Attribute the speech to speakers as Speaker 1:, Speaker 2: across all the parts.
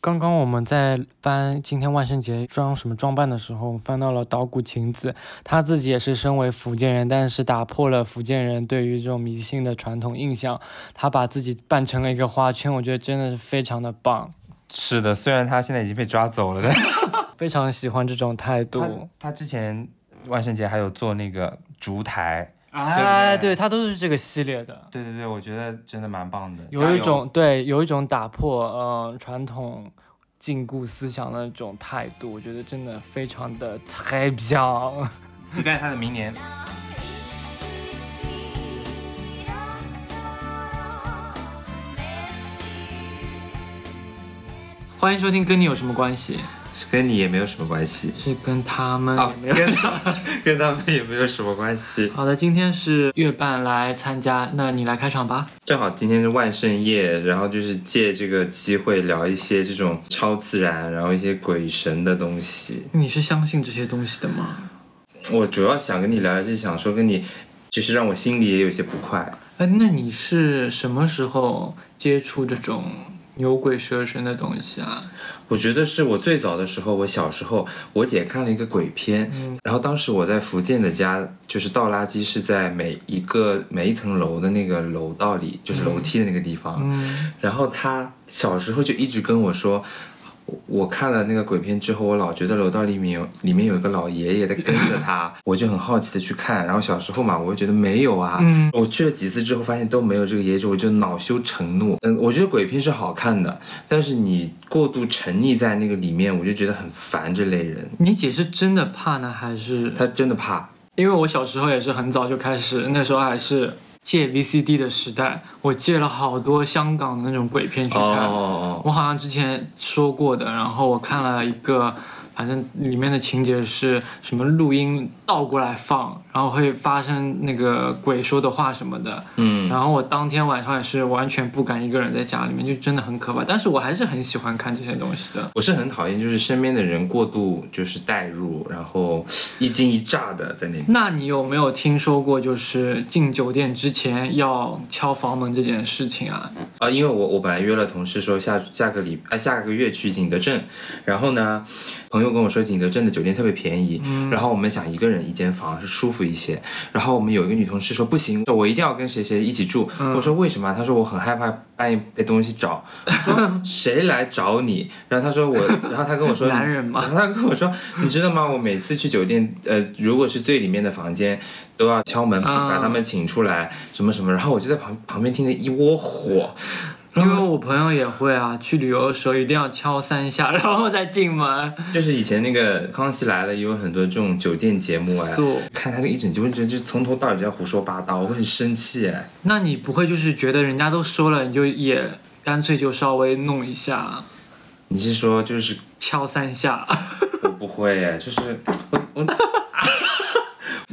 Speaker 1: 刚刚我们在翻今天万圣节装什么装扮的时候，翻到了岛谷晴子，她自己也是身为福建人，但是打破了福建人对于这种迷信的传统印象，她把自己扮成了一个花圈，我觉得真的是非常的棒，
Speaker 2: 是的，虽然他现在已经被抓走了，但
Speaker 1: 非常喜欢这种态
Speaker 2: 他
Speaker 1: 度。
Speaker 2: 他之前万圣节还有做那个烛台，
Speaker 1: 哎，
Speaker 2: 对
Speaker 1: 对，她都是这个系列的。
Speaker 2: 对对对，我觉得真的蛮棒的，加
Speaker 1: 有
Speaker 2: 油
Speaker 1: 一种对，有一种打破呃传统禁锢思想的那种态度，我觉得真的非常的太 漂
Speaker 2: 期待他的明年。
Speaker 1: 欢迎收听，跟你有什么关系？
Speaker 2: 是跟你也没有什么关系
Speaker 1: 是跟他们
Speaker 2: 啊
Speaker 1: 也，没有。
Speaker 2: 跟他 跟他们也没有什么关系。
Speaker 1: 好的，今天是月半来参加，那你来开场吧。
Speaker 2: 正好今天是万圣夜，然后就是借这个机会聊一些这种超自然，然后一些鬼神的东西。
Speaker 1: 你是相信这些东西的吗？
Speaker 2: 我主要想跟你聊，是想说跟你，就是让我心里也有些不快。
Speaker 1: 哎，那你是什么时候接触这种牛鬼蛇神的东西啊？
Speaker 2: 我觉得是我最早的时候，我小时候，我姐看了一个鬼片，然后当时我在福建的家，就是倒垃圾是在每一个每一层楼的那个楼道里，就是楼梯的那个地方。
Speaker 1: 嗯，
Speaker 2: 然后她小时候就一直跟我说，我我看了那个鬼片之后，我老觉得楼道里面有里面有一个老爷爷在跟着她，我就很好奇的去看。然后小时候嘛，我就觉得没有啊，
Speaker 1: 嗯
Speaker 2: 我去了几次之后发现都没有这个爷爷，我就恼羞成怒。嗯，我觉得鬼片是好看的，但是你过度沉溺在那个里面，我就觉得很烦这类人。
Speaker 1: 你姐是真的怕呢，还是
Speaker 2: 他真的怕，
Speaker 1: 因为我小时候也是很早就开始，那时候还是借 VCD 的时代，我借了好多香港的那种鬼片去看。
Speaker 2: 哦，
Speaker 1: 我好像之前说过的，然后我看了一个，反正里面的情节是什么录音倒过来放，然后会发生那个鬼说的话什么的。
Speaker 2: 嗯，
Speaker 1: 然后我当天晚上也是完全不敢一个人在家里面，就真的很可怕。但是我还是很喜欢看这些东西的。
Speaker 2: 我是很讨厌，就是身边的人过度就是代入，然后一惊一乍的在那边。
Speaker 1: 那你有没有听说过，就是进酒店之前要敲房门这件事情啊？
Speaker 2: 啊，因为我我本来约了同事说下下个礼啊下个月去景德镇，然后呢，朋友跟我说景德镇的酒店特别便宜，
Speaker 1: 嗯
Speaker 2: 然后我们想一个人一间房是舒服一些，然后我们有一个女同事说不行，我一定要跟谁谁一起住，
Speaker 1: 嗯
Speaker 2: 我说为什么啊？她说我很害怕半夜被东西找，我 说谁来找你？然后她说我，然后她跟我说
Speaker 1: 男人嘛
Speaker 2: 然后她跟 我说你知道吗？我每次去酒店，呃，如果是最里面的房间。都要敲门，请
Speaker 1: 嗯
Speaker 2: 把他们请出来，什么什么，然后我就在旁旁边听得一窝火，
Speaker 1: 因为我朋友也会啊，去旅游的时候一定要敲三下，然后再进门。
Speaker 2: 就是以前那个《康熙来了》也有很多这种酒店节目哎
Speaker 1: 做，
Speaker 2: 看他这一整集，我就觉得就从头到尾就在胡说八道，我会很生气哎。
Speaker 1: 那你不会就是觉得人家都说了，你就也干脆就稍微弄一下，
Speaker 2: 你是说就是
Speaker 1: 敲三下？
Speaker 2: 我不会哎，就是我我。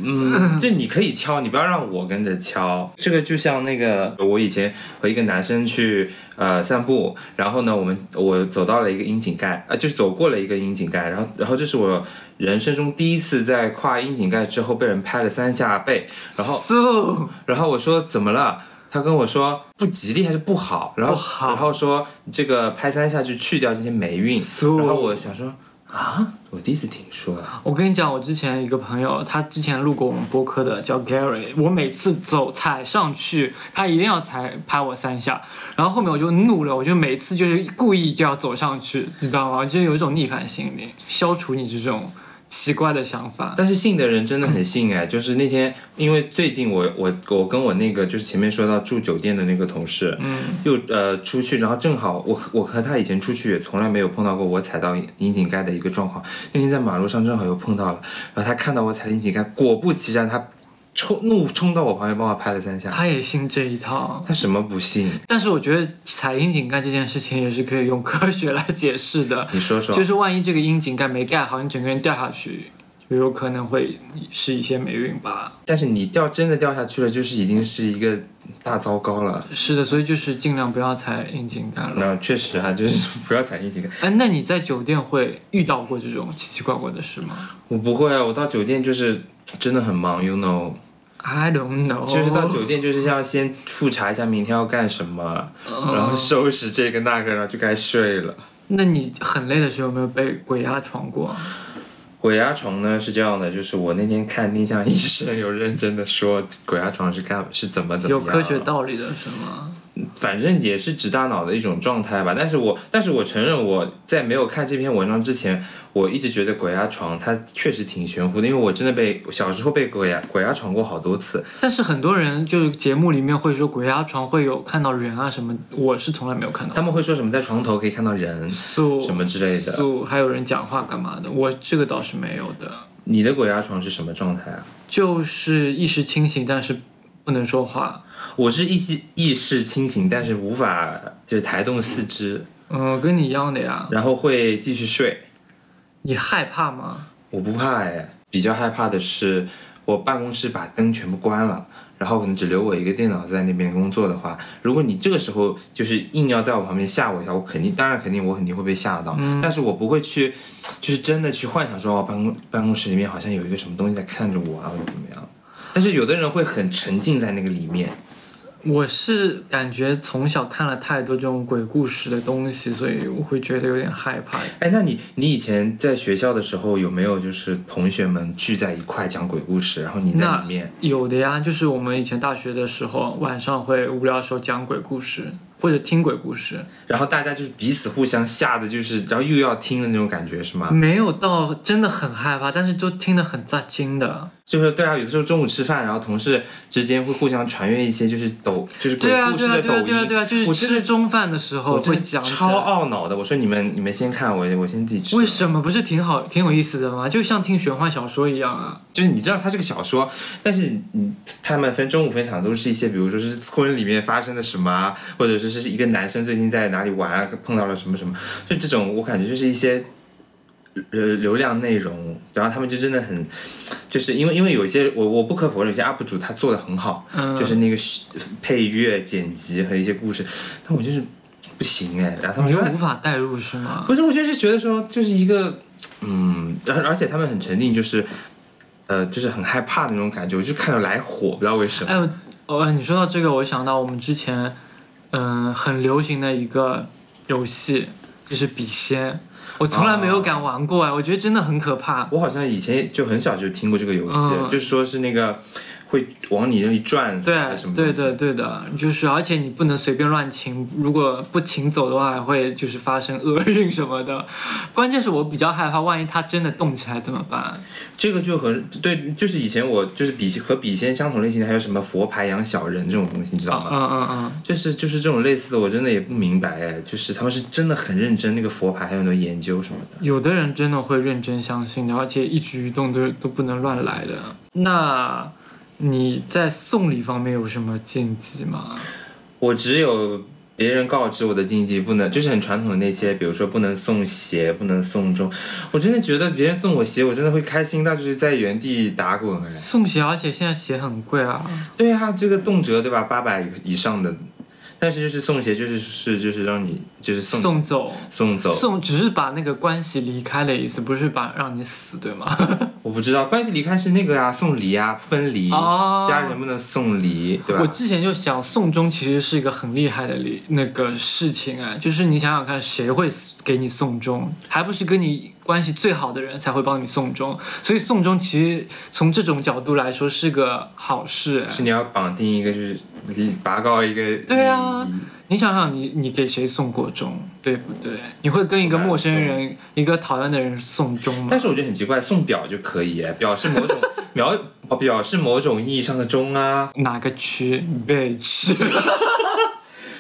Speaker 2: 嗯，就你可以敲，你不要让我跟着敲。这个就像那个，我以前和一个男生去呃散步，然后呢，我们我走到了一个窨井盖，啊、就是走过了一个窨井盖，然后然后这是我人生中第一次在跨窨井盖之后被人拍了三下背，然后
Speaker 1: so
Speaker 2: 然后我说怎么了？他跟我说不吉利还是不好，然后
Speaker 1: 不好
Speaker 2: 然后说这个拍三下就去掉这些霉运，
Speaker 1: 苏
Speaker 2: 然后我想说啊，我第一次听说，啊
Speaker 1: 我跟你讲，我之前一个朋友，他之前录过我们播客的，叫 Gary。我每次走踩上去，他一定要踩拍我三下，然后后面我就怒了，我就每次就是故意就要走上去，你知道吗？就有一种逆反心理，消除你这种奇怪的想法。
Speaker 2: 但是信的人真的很信哎， 就是那天因为最近我我我跟我那个就是前面说到住酒店的那个同事，
Speaker 1: 嗯，
Speaker 2: 又呃出去，然后正好我我和他以前出去也从来没有碰到过我踩到窨井盖的一个状况。那天在马路上正好又碰到了，然后他看到我踩窨井盖，果不其然他冲怒冲到我旁边帮我拍了三下。
Speaker 1: 他也信这一套，
Speaker 2: 他什么不信？
Speaker 1: 但是我觉得踩窨井盖这件事情也是可以用科学来解释的，
Speaker 2: 你说说，
Speaker 1: 就是万一这个窨井盖没盖好，你整个人掉下去，就有可能会是一些霉运吧。
Speaker 2: 但是你掉真的掉下去了，就是已经是一个大糟糕了。
Speaker 1: 是的，所以就是尽量不要踩窨井盖了。
Speaker 2: 那确实啊，就是 不要踩窨井盖。
Speaker 1: 哎，那你在酒店会遇到过这种奇奇怪怪的事吗
Speaker 2: 我不会啊，我到酒店就是真的很忙，you know，
Speaker 1: ？I don't know。
Speaker 2: 就是到酒店就是要先
Speaker 1: 哦
Speaker 2: 复查一下明天要干什么，然后收拾这个那个，然后就该睡了。
Speaker 1: 那你很累的时候有没有被鬼压床过？
Speaker 2: 鬼压床呢是这样的，就是我那天看丁香医生有认真的说，鬼压床是干是怎么怎么
Speaker 1: 有
Speaker 2: 样，啊
Speaker 1: 科学道理的是吗？
Speaker 2: 反正也是直大脑的一种状态吧。但是我但是我承认我在没有看这篇文章之前，我一直觉得鬼压床它确实挺玄乎的，因为我真的被小时候被鬼压鬼压床过好多次。
Speaker 1: 但是很多人就是节目里面会说鬼压床会有看到人啊什么，我是从来没有看到
Speaker 2: 他们会说什么在床头可以看到人
Speaker 1: 素
Speaker 2: 什么之类的。
Speaker 1: 素，还有人讲话干嘛的，我这个倒是没有的，
Speaker 2: 你的鬼压床是什么状态啊？
Speaker 1: 就是意识清醒，但是不能说话。
Speaker 2: 我是意识意识清醒，但是无法就是抬动四肢，
Speaker 1: 嗯，跟你一样的呀。
Speaker 2: 然后会继续睡。
Speaker 1: 你害怕吗？
Speaker 2: 我不怕哎，比较害怕的是我办公室把灯全部关了，然后可能只留我一个电脑在那边工作的话，如果你这个时候就是硬要在我旁边吓我一下，我肯定，当然肯定我肯定会被吓到，但是我不会去，就是真的去幻想说哦，办公办公室里面好像有一个什么东西在看着我啊，或者怎么样。但是有的人会很沉浸在那个里面，
Speaker 1: 我是感觉从小看了太多这种鬼故事的东西，所以我会觉得有点害怕。
Speaker 2: 哎，那你你以前在学校的时候有没有就是同学们聚在一块讲鬼故事，然后你在
Speaker 1: 那
Speaker 2: 里面？
Speaker 1: 有的呀，就是我们以前大学的时候，晚上会无聊的时候讲鬼故事，或者听鬼故事，
Speaker 2: 然后大家就是彼此互相吓的，就是然后又要听的那种感觉是吗？
Speaker 1: 没有到真的很害怕，但是就听得很扎心的。
Speaker 2: 就是对啊，有的时候中午吃饭，然后同事之间会互相传阅一些就是抖就是鬼
Speaker 1: 对啊，
Speaker 2: 故
Speaker 1: 对
Speaker 2: 事
Speaker 1: 啊，
Speaker 2: 的
Speaker 1: 对啊，
Speaker 2: 抖
Speaker 1: 对啊，
Speaker 2: 音。
Speaker 1: 对啊，就是
Speaker 2: 我真的
Speaker 1: 吃中饭的时候
Speaker 2: 我
Speaker 1: 会
Speaker 2: 真
Speaker 1: 讲
Speaker 2: 的
Speaker 1: 起来
Speaker 2: 超懊恼的，我说你们你们先看我，我先自己吃。
Speaker 1: 为什么不是挺好、挺有意思的吗？就像听玄幻小说一样啊。
Speaker 2: 就是你知道它是个小说，但是你他们分中午分享都是一些，比如说是村里面发生的什么啊，或者说是一个男生最近在哪里玩啊，碰到了什么什么，就这种我感觉就是一些呃流量内容，然后他们就真的很，就是因为因为有些我我不可否认，有些 UP 主他做的很好，
Speaker 1: 嗯
Speaker 2: 就是那个虚配乐、剪辑和一些故事，但我就是不行哎，然后他们
Speaker 1: 你又
Speaker 2: 说
Speaker 1: 无法代入是吗？
Speaker 2: 不是，我就是觉得说，就是一个，嗯，而而且他们很沉浸，就是，呃，就是很害怕的那种感觉，我就看着来火，不知道为什么。
Speaker 1: 哎，我哦，你说到这个，我想到我们之前，嗯、很流行的一个游戏，就是笔仙，我从来没
Speaker 2: 哦
Speaker 1: 有敢玩过哎，我觉得真的很可怕。
Speaker 2: 我好像以前就很小就听过这个游戏，
Speaker 1: 嗯
Speaker 2: 就是说是那个会往你那里转，还
Speaker 1: 对
Speaker 2: 是什么东
Speaker 1: 对
Speaker 2: 西
Speaker 1: 对，对的，就是而且你不能随便乱请，如果不请走的话，还会就是发生 厄运什么的。关键是我比较害怕，万一它真的动起来怎么办？
Speaker 2: 这个就很对，就是以前我就是笔和笔仙相同类型的，还有什么佛牌养小人这种东西，你知道
Speaker 1: 嗯
Speaker 2: 吗？
Speaker 1: 嗯嗯，
Speaker 2: 就是就是这种类似的，我真的也不明白哎，就是他们是真的很认真，那个佛牌还有很多研究什么的。
Speaker 1: 有的人真的会认真相信的，而且一举一动都都不能乱来的。那你在送礼方面有什么禁忌吗？
Speaker 2: 我只有别人告知我的禁忌，不能就是很传统的那些，比如说不能送鞋，不能送钟。我真的觉得别人送我鞋，我真的会开心到就是在原地打滚哎。
Speaker 1: 送鞋，而且现在鞋很贵啊。
Speaker 2: 对啊，这个动辄对吧，八百以上的，但是就是送鞋就是是就是让你就是送
Speaker 1: 送走，
Speaker 2: 送走。
Speaker 1: 送只是把那个关系离开的意思，不是把让你死，对吗？
Speaker 2: 我不知道关系离开是那个啊，送礼啊，分离，
Speaker 1: 哦
Speaker 2: 家人不能送礼，对吧？
Speaker 1: 我之前就想，送终其实是一个很厉害的礼那个事情啊，就是你想想看，谁会给你送终？还不是跟你关系最好的人才会帮你送终。所以送终其实从这种角度来说是个好事哎。
Speaker 2: 是你要绑定一个就是拔高一个
Speaker 1: 对啊
Speaker 2: 礼仪
Speaker 1: 你想想你，你给谁送过终，对不对？你会跟一个陌生人、一个讨厌的人送终吗
Speaker 2: 但？是我觉得很奇怪，送表就可以耶， 表示某种表表示某种意义上的忠啊。
Speaker 1: 哪个区被吃？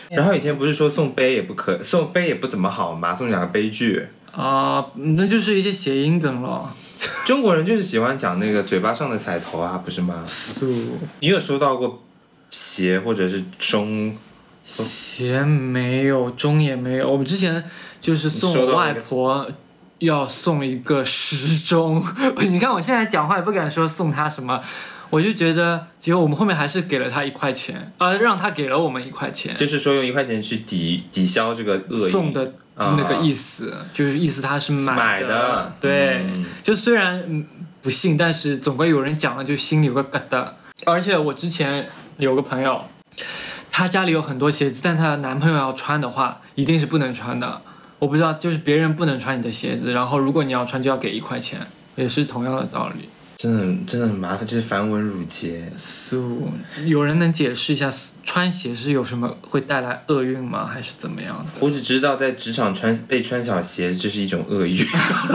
Speaker 2: 然后以前不是说送杯也不可，送杯也不怎么好嘛，送两个杯具。
Speaker 1: 啊、那就是一些谐音梗了。
Speaker 2: 中国人就是喜欢讲那个嘴巴上的彩头啊，不是吗？你有收到过鞋或者是钟？
Speaker 1: 鞋没有，钟也没有。我们之前就是送
Speaker 2: 你收到
Speaker 1: 我外
Speaker 2: 了
Speaker 1: 婆，要送一个时钟。 你看我现在讲话也不敢说送她什么，我就觉得，其实我们后面还是给了她一块钱，呃，让她给了我们一块钱，
Speaker 2: 就是说用一块钱去抵抵消这个恶意。啊
Speaker 1: 送的那个意思，就是意思她是买
Speaker 2: 买的
Speaker 1: 对，
Speaker 2: 嗯
Speaker 1: 就虽然嗯不信，但是总归有人讲了，就心里有个疙瘩。而且我之前有个朋友，她家里有很多鞋子，但她的男朋友要穿的话，一定是不能穿的。我不知道，就是别人不能穿你的鞋子，然后如果你要穿就要给一块钱，也是同样的道理。
Speaker 2: 真的真的很麻烦，这是繁文缛节。
Speaker 1: so, 有人能解释一下穿鞋是有什么会带来厄运吗？还是怎么样的？
Speaker 2: 我只知道在职场穿被穿小鞋，这是一种厄运。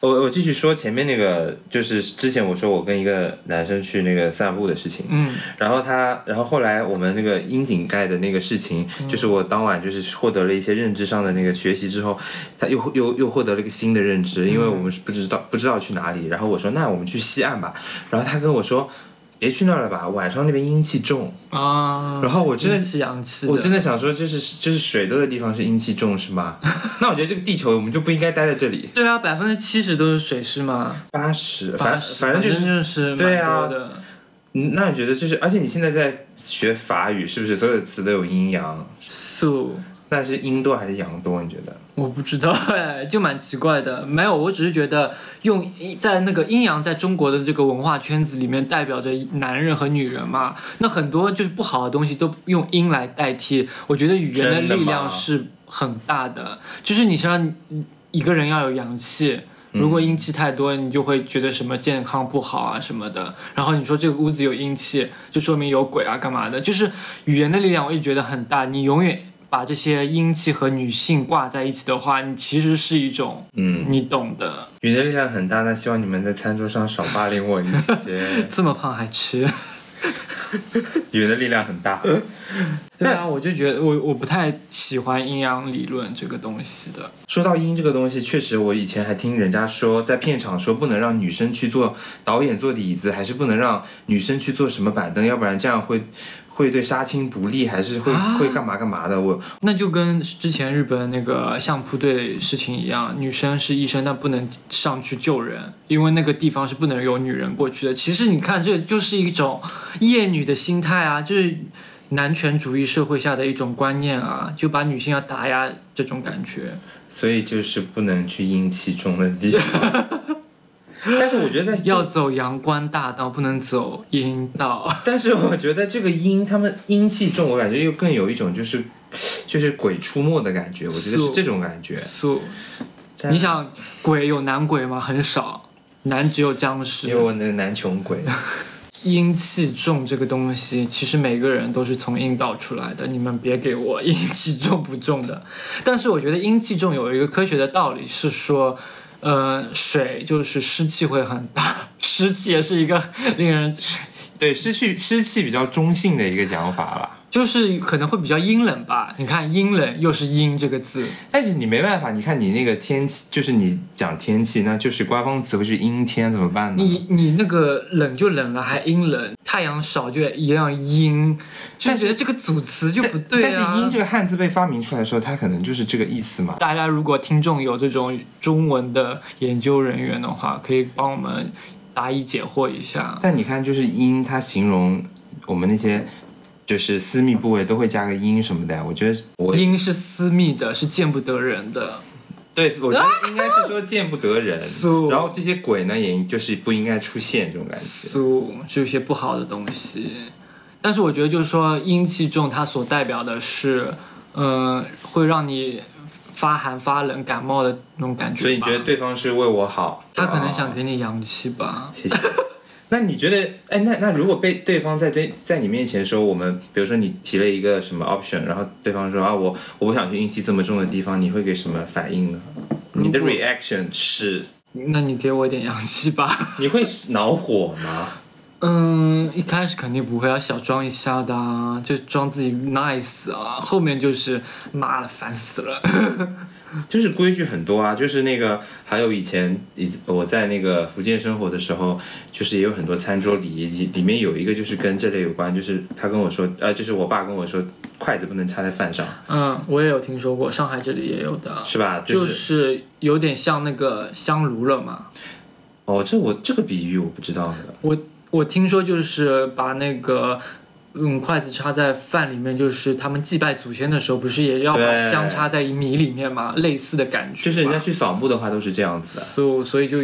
Speaker 2: 我我继续说前面那个，就是之前我说我跟一个男生去那个散步的事情，
Speaker 1: 嗯，
Speaker 2: 然后他，然后后来我们那个窨井盖的那个事情，就是我当晚就是获得了一些认知上的那个学习之后，他又又又获得了一个新的认知，因为我们是不知道不知道去哪里，然后我说那我们去西岸吧，然后他跟我说别去那儿了吧，晚上那边阴气重，
Speaker 1: 啊，
Speaker 2: 然后我真的
Speaker 1: 阴气阳气的，
Speaker 2: 我真的想说就是就是水多的地方是阴气重是 吗？那我觉得这个地球我们就不应该待在这里，
Speaker 1: 对啊，百分之七十都是水是吗？
Speaker 2: 八十，反
Speaker 1: 80
Speaker 2: 反正就是。
Speaker 1: 就是
Speaker 2: 对
Speaker 1: 蛮
Speaker 2: 啊
Speaker 1: 多的。
Speaker 2: 嗯那你觉得就是，而且你现在在学法语，是不是所有的词都有阴阳？
Speaker 1: so
Speaker 2: 那是阴多还是阳多？你觉得？
Speaker 1: 我不知道哎，就蛮奇怪的。没有，我只是觉得用在那个阴阳在中国的这个文化圈子里面代表着男人和女人嘛，那很多就是不好的东西都用阴来代替。我觉得语言
Speaker 2: 真的
Speaker 1: 力
Speaker 2: 吗
Speaker 1: 量是很大的，就是你像一个人要有阳气。如果阴气太多，你就会觉得什么健康不好啊什么的。然后你说这个屋子有阴气，就说明有鬼啊干嘛的？就是语言的力量，我一直觉得很大。你永远把这些阴气和女性挂在一起的话，你其实是一种，
Speaker 2: 嗯，
Speaker 1: 你懂的。。
Speaker 2: 语言力量很大，那希望你们在餐桌上少霸凌我一些
Speaker 1: 这么胖还吃？
Speaker 2: 语言的力量很大，
Speaker 1: 对啊，我就觉得我我不太喜欢阴阳理论这个东西的。
Speaker 2: 说到音这个东西，确实我以前还听人家说，在片场说不能让女生去坐导演坐的椅子，还是不能让女生去坐什么板凳，要不然这样会会对杀青不利，还是会、会干嘛干嘛的。我
Speaker 1: 那就跟之前日本那个相扑队的事情一样，女生是医生，但不能上去救人，因为那个地方是不能有女人过去的。其实你看，这就是一种厌女的心态啊，就是男权主义社会下的一种观念啊，就把女性要打压这种感觉。
Speaker 2: 所以就是不能去阴气重的地方。 但是我觉得在
Speaker 1: 要走阳关大道，不能走阴道。
Speaker 2: 但是我觉得这个阴，他们阴气重，我感觉又更有一种就是就是鬼出没的感觉，我觉得是这种感觉。
Speaker 1: 素，
Speaker 2: 这样
Speaker 1: 你想鬼有男鬼吗？很少，男只有僵尸。
Speaker 2: 因为我那个男穷鬼，
Speaker 1: 阴气重这个东西，其实每个人都是从阴道出来的，你们别给我阴气重不重的。 但是我觉得阴气重有一个科学的道理是说，呃，水就是湿气会很大， 湿气也是一个令人
Speaker 2: 对，失去湿气比较中性的一个讲法啦。
Speaker 1: 就是可能会比较阴冷吧。你看阴冷又是阴这个字，
Speaker 2: 但是你没办法，你看你那个天气，就是你讲天气，那就是官方词汇是阴天，怎么办呢？
Speaker 1: 你你那个冷就冷了，还阴冷，太阳少就一样阴，就觉得这个组词就不对、啊、
Speaker 2: 但是“阴”这个汉字被发明出来的时候，它可能就是这个意思嘛。
Speaker 1: 大家如果听众有这种中文的研究人员的话，可以帮我们答疑解惑一下。
Speaker 2: 但你看，就是“阴”，它形容我们那些就是私密部位都会加个“阴”什么的呀。我觉得我
Speaker 1: 阴是私密的，是见不得人的。
Speaker 2: 对，我觉得应该是说见不得 人
Speaker 1: So-，
Speaker 2: 然后这些鬼呢，也就是不应该出现这种感觉。
Speaker 1: 苏是有些不好的东西，但是我觉得就是说阴气重，它所代表的是，呃，会让你发寒发冷、感冒的那种感觉吧。
Speaker 2: 所以你觉得对方是为我好？
Speaker 1: 他可能
Speaker 2: 哦
Speaker 1: 想给你阳气吧？
Speaker 2: 谢谢。 那你觉得，哎，那那如果被对方在对在你面前说，我们比如说你提了一个什么 option，然后对方说啊，我我不想去阴气这么重的地方，你会给什么反应呢？你的 reaction 是
Speaker 1: 那你给我一点阳气吧。
Speaker 2: 你会恼火吗？
Speaker 1: 嗯，一开始肯定不会啊，小装一下的啊，就装自己 nice 啊。后面就是妈的烦死了。
Speaker 2: 就是规矩很多啊，就是那个，还有以前以我在那个福建生活的时候，就是也有很多餐桌礼仪，里里面有一个就是跟这类有关，就是他跟我说，呃，就是我爸跟我说，筷子不能插在饭上，
Speaker 1: 嗯，我也有听说过，上海这里也有的，
Speaker 2: 是吧？、
Speaker 1: 就是是有点像那个香炉了嘛。
Speaker 2: 哦，这我这个比喻我不知道的，
Speaker 1: 我我听说就是把那个。嗯，筷子插在饭里面，就是他们祭拜祖先的时候，不是也要把
Speaker 2: 对
Speaker 1: 香插在米里面吗？类似的感觉吧，
Speaker 2: 就是人家去扫墓的话都是这样子的。
Speaker 1: 所以所以就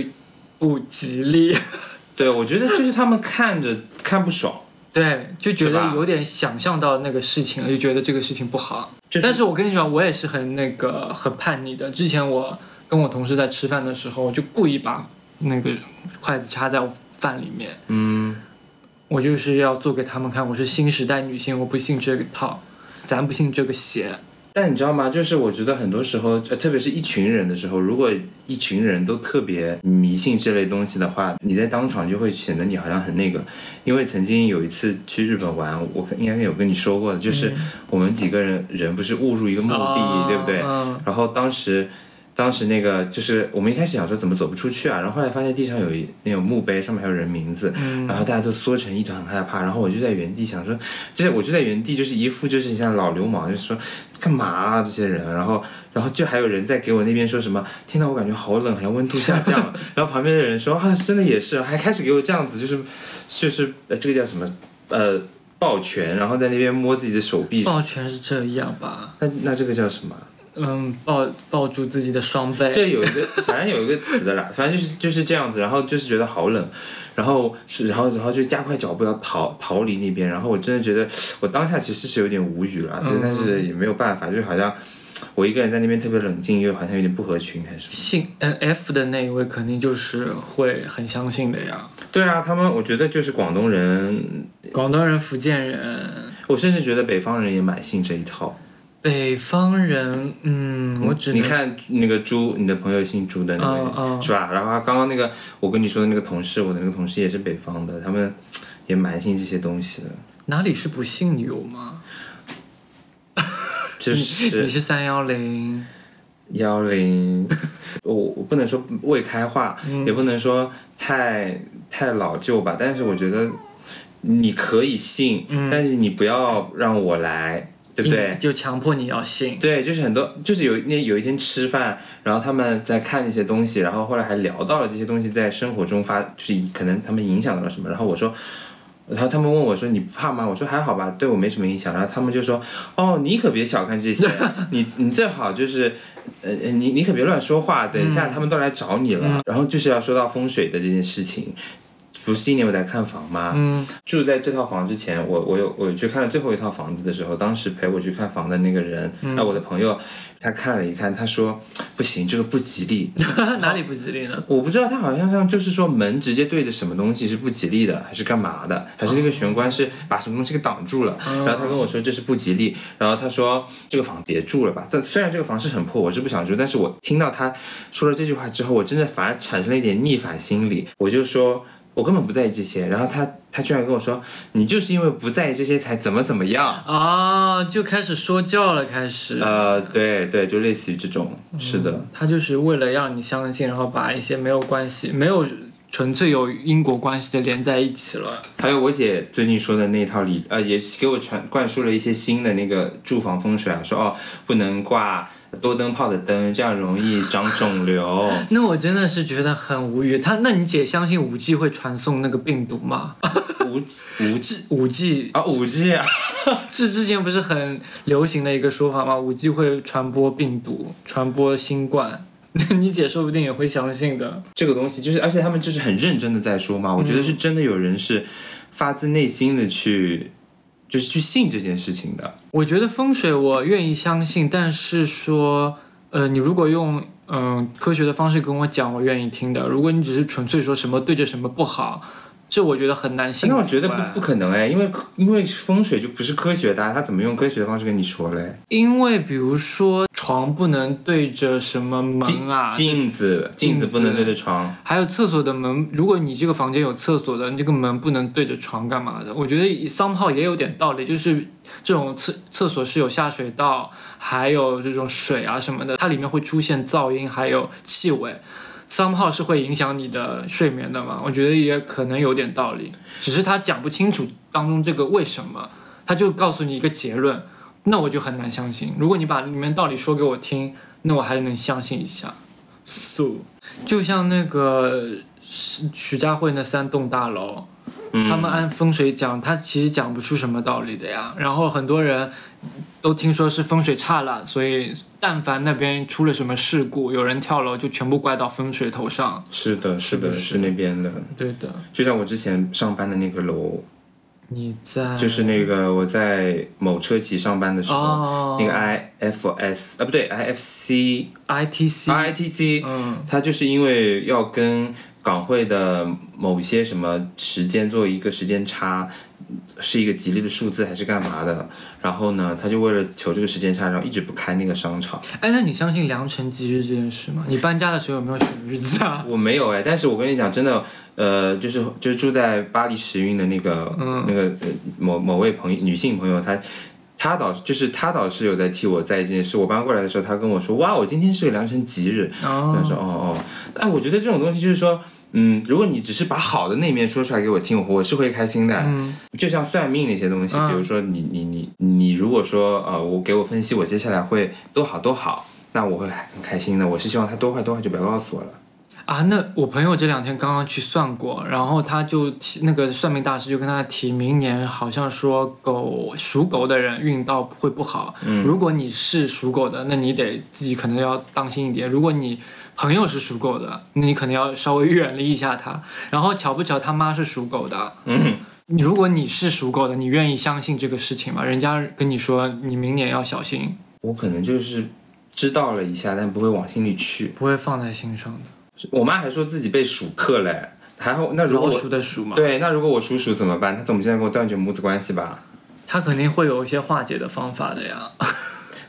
Speaker 1: 不吉利。
Speaker 2: 对，我觉得就是他们看着看不爽，
Speaker 1: 对，就觉
Speaker 2: 是
Speaker 1: 得
Speaker 2: 吧
Speaker 1: 有点想象到那个事情了，就觉得这个事情不好。
Speaker 2: 就是
Speaker 1: 但是我跟你讲，我也是很那个很叛逆的。之前我跟我同事在吃饭的时候，我就故意把那个筷子插在我饭里面，
Speaker 2: 嗯，
Speaker 1: 我就是要做给他们看，我是新时代女性，我不信这个套，咱不信这个邪。
Speaker 2: 但你知道吗？就是我觉得很多时候，呃，特别是一群人的时候，如果一群人都特别迷信这类东西的话，你在当场就会显得你好像很那个。因为曾经有一次去日本玩，我应该有跟你说过的，就是我们几个人人不是误入一个墓地，
Speaker 1: 啊
Speaker 2: 对不对？
Speaker 1: 嗯，
Speaker 2: 然后当时，当时那个就是我们一开始想说怎么走不出去啊，然后后来发现地上有一那种墓碑，上面还有人名字，然后大家都缩成一团，很害怕。然后我就在原地想说，就是我就在原地，就是一副就是像老流氓，就是说干嘛啊这些人。然后，然后就还有人在给我那边说什么，天呐，我感觉好冷，好像温度下降了。 然后旁边的人说啊，真的也是，还开始给我这样子，就是就是呃这个叫什么呃抱拳，然后在那边摸自己的手臂。
Speaker 1: 抱拳是这样吧？
Speaker 2: 那那这个叫什么？
Speaker 1: 嗯，抱抱住自己的双臂。
Speaker 2: 这有一个， 反正有一个词的啦，反正就是就是这样子，然后就是觉得好冷，然后是然后然后就加快脚步要逃逃离那边，然后我真的觉得我当下其实是有点无语了，就是但
Speaker 1: 嗯
Speaker 2: 是也没有办法，就好像我一个人在那边特别冷静，又好像有点不合群还是什么。
Speaker 1: 信 N F 的那一位肯定就是会很相信的呀，
Speaker 2: 对啊，他们我觉得就是广东人，
Speaker 1: 广东人、福建人、
Speaker 2: 我甚至觉得北方人也蛮信这一套。
Speaker 1: 北方人，嗯，我只
Speaker 2: 你
Speaker 1: 能
Speaker 2: 看那个朱，你的朋友姓朱的那位、
Speaker 1: 嗯嗯
Speaker 2: 是吧？然后他刚刚那个我跟你说的那个同事，我的那个同事也是北方的，他们也蛮信这些东西的。
Speaker 1: 哪里是不信有吗？
Speaker 2: 就
Speaker 1: 你
Speaker 2: 是
Speaker 1: 是三幺零，
Speaker 2: 幺零，我我不能说未开化，也不能说太太老旧吧，但是我觉得你可以信，但是你不要让我来，对不对？
Speaker 1: 你就强迫你要信，
Speaker 2: 对，就是很多，就是有那有一天吃饭，然后他们在看一些东西，然后后来还聊到了这些东西在生活中发，就是可能他们影响到了什么。然后我说，然后他们问我说你不怕吗？我说还好吧，对我没什么影响。然后他们就说，哦，你可别小看这些， 你你最好就是，呃，呃你你可别乱说话，等一下他们都来找你了。然后就是要说到风水的这件事情。不是今年我在看房吗？
Speaker 1: 嗯，
Speaker 2: 住在这套房之前，我我有我去看了最后一套房子的时候，当时陪我去看房的那个人，哎、我的朋友，他看了一看，他说不行，这个不吉利。
Speaker 1: 哪里不吉利呢？
Speaker 2: 我不知道他好像像就是说门直接对着什么东西是不吉利的，还是干嘛的，还是那个玄关是把什么东西给挡住了。然后他跟我说这是不吉利，然后他说这个房别住了吧。但虽然这个房是很破，我是不想住，但是我听到他说了这句话之后，我真的反而产生了一点逆反心理，我就说。我根本不在意这些，然后他他居然跟我说，你就是因为不在意这些才怎么怎么样，
Speaker 1: 啊，就开始说教了，开始，
Speaker 2: 呃，对对，就类似于这种，是的，
Speaker 1: 他就是为了让你相信，然后把一些没有关系、没有纯粹有因果关系的连在一起了。
Speaker 2: 还有我姐最近说的那套理，呃，也是给我传灌输了一些新的那个住房风水啊，说哦不能挂多灯泡的灯，这样容易长 肿瘤。
Speaker 1: 那我真的是觉得很无语。他，那你姐相信五 G 会传送那个病毒吗？
Speaker 2: 五 G 五 G
Speaker 1: 五 G
Speaker 2: 啊，五 G 啊，
Speaker 1: 是之前不是很流行的一个说法吗？五 G 会传播病毒，传播新冠。 你姐说不定也会相信的。
Speaker 2: 这个东西就是，而且他们就是很认真的在说
Speaker 1: 嗯
Speaker 2: 嘛，我觉得是真的有人是发自内心的去，就是去信这件事情的。
Speaker 1: 我觉得风水我愿意相信，但是说，呃，你如果用嗯、科学的方式跟我讲，我愿意听的。如果你只是纯粹说什么对着什么不好，这我觉得很难信服
Speaker 2: 那
Speaker 1: 哎。
Speaker 2: 我觉得不不可能哎，因为因为风水就不是科学的啊、他怎么用科学的方式跟你说嘞？
Speaker 1: 因为比如说床不能对着什么门啊，
Speaker 2: 镜子，
Speaker 1: 镜
Speaker 2: 镜子不能
Speaker 1: 子
Speaker 2: 对着床。
Speaker 1: 还有厕所的门，如果你这个房间有厕所的，你这个门不能对着床干嘛的？我觉得桑炮也有点道理，就是这种厕厕所是有下水道，还有这种水啊什么的，它里面会出现噪音，还有气味。桑炮是会影响你的睡眠的嘛？我觉得也可能有点道理，只是他讲不清楚当中这个为什么，他就告诉你一个结论，那我就很难相信。如果你把里面道理说给我听，那我还能相信一下。素、就像那个许许家汇那三栋大楼，
Speaker 2: 嗯
Speaker 1: 他们按风水讲，他其实讲不出什么道理的呀。然后很多人都听说是风水差了，所以但凡那边出了什么事故，有人跳楼，就全部怪到风水头上。
Speaker 2: 是的，是的，
Speaker 1: 是
Speaker 2: 是那边的。
Speaker 1: 对的，
Speaker 2: 就像我之前上班的那个楼，
Speaker 1: 你在
Speaker 2: 就是那个我在某车企上班的时候，
Speaker 1: 哦
Speaker 2: 那个 IFS 啊不对 IFC
Speaker 1: ITC，
Speaker 2: 啊 ITC，
Speaker 1: 嗯，
Speaker 2: 它就是因为要跟港汇的某一些什么时间做一个时间差，是一个吉利的数字还是干嘛的？然后呢，他就为了求这个时间差，然后一直不开那个商场。
Speaker 1: 哎，那你相信良辰吉日这件事吗？你搬家的时候有没有选日子啊？
Speaker 2: 我没有哎，但是我跟你讲，真的，呃，就是就是住在巴黎时运的那个、那个呃某某位朋友女性朋友，她。她倒就是她倒是有在替我在意这件事。我搬过来的时候，她跟我说：“哇，我今天是个良辰吉日。”
Speaker 1: 哦
Speaker 2: 他说：“哦哦，哎，我觉得这种东西就是说，嗯，如果你只是把好的那一面说出来给我听，我我是会开心的。就像算命那些东西，比如说你你你你如果说呃，我给我分析我接下来会多好多好，那我会很开心的。我是希望他多坏多坏就不要告诉我了。
Speaker 1: 啊，那我朋友这两天刚刚去算过，然后他就提那个算命大师就跟他提，明年好像说狗属狗的人运道会不好。
Speaker 2: 嗯
Speaker 1: 如果你是属狗的，那你得自己可能要当心一点。如果你朋友是属狗的，那你可能要稍微远离一下他。然后巧不巧他妈是属狗的，
Speaker 2: 嗯，
Speaker 1: 你如果你是属狗的，你愿意相信这个事情吗？人家跟你说你明年要小心，
Speaker 2: 我可能就是知道了一下，但不会往心里去。
Speaker 1: 不会放在心上的。
Speaker 2: 我妈还说自己被鼠克嘞，还好那如果
Speaker 1: 老
Speaker 2: 我
Speaker 1: 鼠的鼠嘛，
Speaker 2: 对，那如果我属鼠怎么办？她总不见得跟我断绝母子关系吧？
Speaker 1: 他肯定会有一些化解的方法的呀。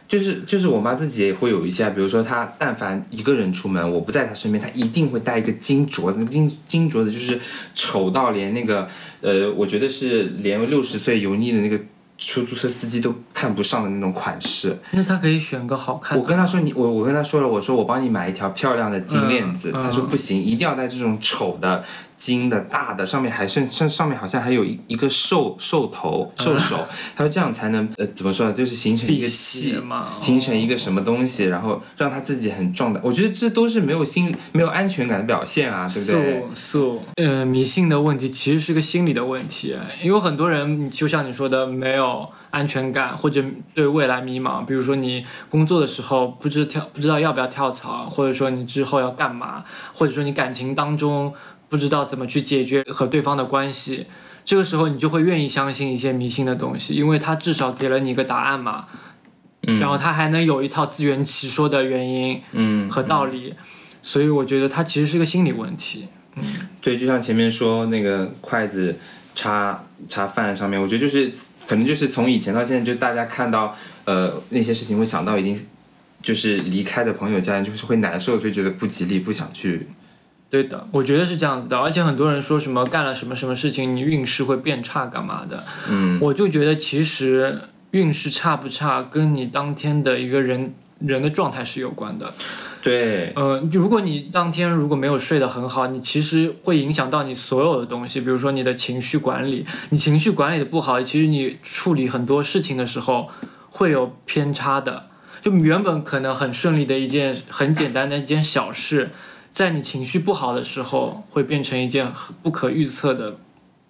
Speaker 2: 就是就是我妈自己也会有一些，比如说她但凡一个人出门，我不在她身边，她一定会带一个金镯子，金金镯子就是丑到连那个呃，我觉得是连六十岁油腻的那个出租车司机都看不上的那种款式。
Speaker 1: 那他可以选个好看
Speaker 2: 我跟她说你我我跟她说了，我说我帮你买一条漂亮的金链子，
Speaker 1: 嗯嗯
Speaker 2: 她说不行，一定要戴这种丑的。金的大的，上面还剩上上面好像还有一一个兽兽头兽手，
Speaker 1: 嗯
Speaker 2: 她说这样才能呃怎么说呢，就是形成一
Speaker 1: 辟
Speaker 2: 个
Speaker 1: 邪
Speaker 2: 气
Speaker 1: 嘛，哦
Speaker 2: 形成一个什么东西，然后让他自己很壮大。我觉得这都是没有心、没有安全感的表现啊，对不对？
Speaker 1: 素素，呃，迷信的问题其实是个心理的问题，因为很多人就像你说的，没有安全感或者对未来迷茫，比如说你工作的时候不知跳不知道要不要跳槽，或者说你之后要干嘛，或者说你感情当中不知道怎么去解决和对方的关系，这个时候你就会愿意相信一些迷信的东西，因为它至少给了你一个答案嘛，
Speaker 2: 嗯
Speaker 1: 然后它还能有一套自圆其说的原因
Speaker 2: 嗯，
Speaker 1: 和道理，所以我觉得它其实是个心理问题。
Speaker 2: 对，就像前面说那个筷子插插饭上面，我觉得就是可能就是从以前到现在，就大家看到呃那些事情会想到已经就是离开的朋友家人，就是会难受，就觉得不吉利，不想去。
Speaker 1: 对的，我觉得是这样子的，而且很多人说什么干了什么什么事情，你运势会变差干嘛的，
Speaker 2: 嗯，
Speaker 1: 我就觉得其实运势差不差跟你当天的一个人人的状态是有关的。
Speaker 2: 对，
Speaker 1: 呃，就如果你当天如果没有睡得很好，你其实会影响到你所有的东西，比如说你的情绪管理，你情绪管理的不好，其实你处理很多事情的时候会有偏差的。就原本可能很顺利的一件很简单的一件小事，在你情绪不好的时候，会变成一件很不可预测的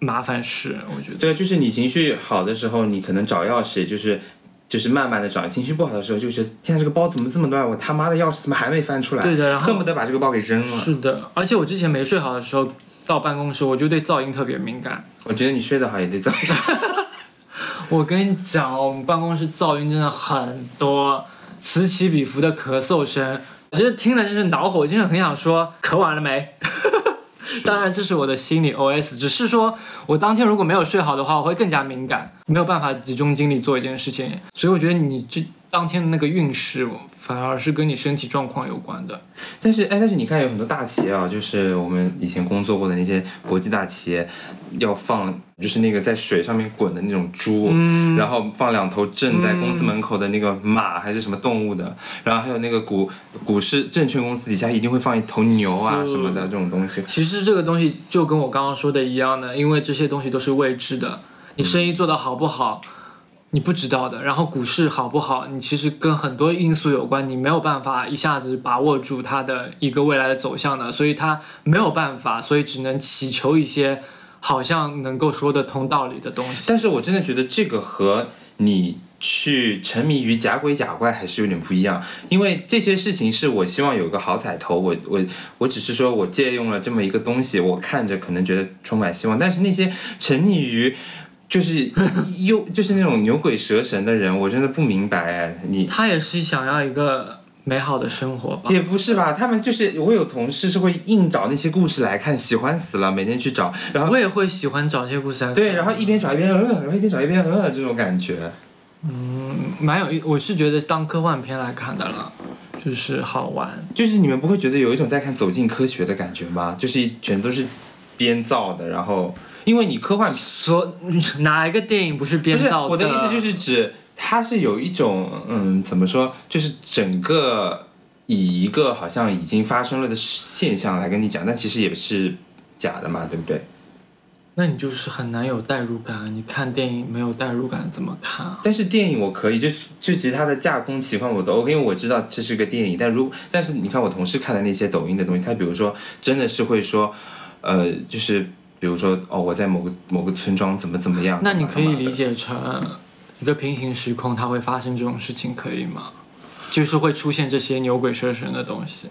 Speaker 1: 麻烦事。我觉得，
Speaker 2: 对，就是你情绪好的时候，你可能找钥匙，就是就是慢慢的找；情绪不好的时候，就觉得天啊，这个包怎么这么乱？我他妈的钥匙怎么还没翻出来？
Speaker 1: 对的然后
Speaker 2: 恨不得把这个包给扔了。
Speaker 1: 是的，而且我之前没睡好的时候，到办公室我就对噪音特别敏感。
Speaker 2: 我觉得你睡得好也得早。
Speaker 1: 我跟你讲哦，我们办公室噪音真的很多，此起彼伏的咳嗽声，我觉得听了就是恼火，我真的很想说咳完了没？ 当然，这是我的心理 OS，只是说我当天如果没有睡好的话，我会更加敏感，没有办法集中精力做一件事情。所以我觉得你这当天的那个运势，反而是跟你身体状况有关的。
Speaker 2: 但是哎，但是你看，有很多大企业啊，就是我们以前工作过的那些国际大企业，要放就是那个在水上面滚的那种猪，然后放两头正在公司门口的那个马还是什么动物的，然后还有那个股股市证券公司底下一定会放一头牛啊
Speaker 1: 是
Speaker 2: 什么的这种东西。
Speaker 1: 其实这个东西就跟我刚刚说的一样的，因为这些东西都是未知的，你生意做得好不好，你不知道的。然后股市好不好，你其实跟很多因素有关，你没有办法一下子把握住它的一个未来的走向的，所以它没有办法，所以只能祈求一些好像能够说得通道理的东西。
Speaker 2: 但是我真的觉得这个和你去沉迷于假鬼假怪还是有点不一样，因为这些事情是我希望有个好彩头，我我我只是说我借用了这么一个东西，我看着可能觉得充满希望，但是那些沉溺于。就是 又就是那种牛鬼蛇神的人，我真的不明白哎，你
Speaker 1: 他也是想要一个美好的生活吧？
Speaker 2: 也不是吧？他们就是我有同事是会硬找那些故事来看，喜欢死了，每天去找，然后
Speaker 1: 我也会喜欢找这些故事来看
Speaker 2: 对，然后一边找一边呃，然后一边找一边呃，这种感觉。
Speaker 1: 蛮有意，我是觉得当科幻片来看的了，就是好玩。
Speaker 2: 就是你们不会觉得有一种在看《走进科学》的感觉吗？就是一全都是编造的，然后因为你科幻片
Speaker 1: 所 哪一个电影不是编
Speaker 2: 不是
Speaker 1: 造，
Speaker 2: 我的意思就是是指它是有一种嗯怎么说，就是整个以一个好像已经发生了的现象来跟你讲，但其实也是假的嘛，对不对？
Speaker 1: 那你就是很难有代入感啊。你看电影没有代入感怎么看啊？
Speaker 2: 但是电影我可以，就就其他的架空奇幻我都 OK，因为我知道这是个电影。但如但是你看我同事看的那些抖音的东西，他比如说真的是会说，呃，就是比如说哦，我在某个某个村庄怎么怎么样。
Speaker 1: 那你可
Speaker 2: 干
Speaker 1: 以
Speaker 2: 嘛干嘛的
Speaker 1: 理解成一个平行时空，它会发生这种事情，可以吗？就是会出现这些牛鬼蛇神的东西，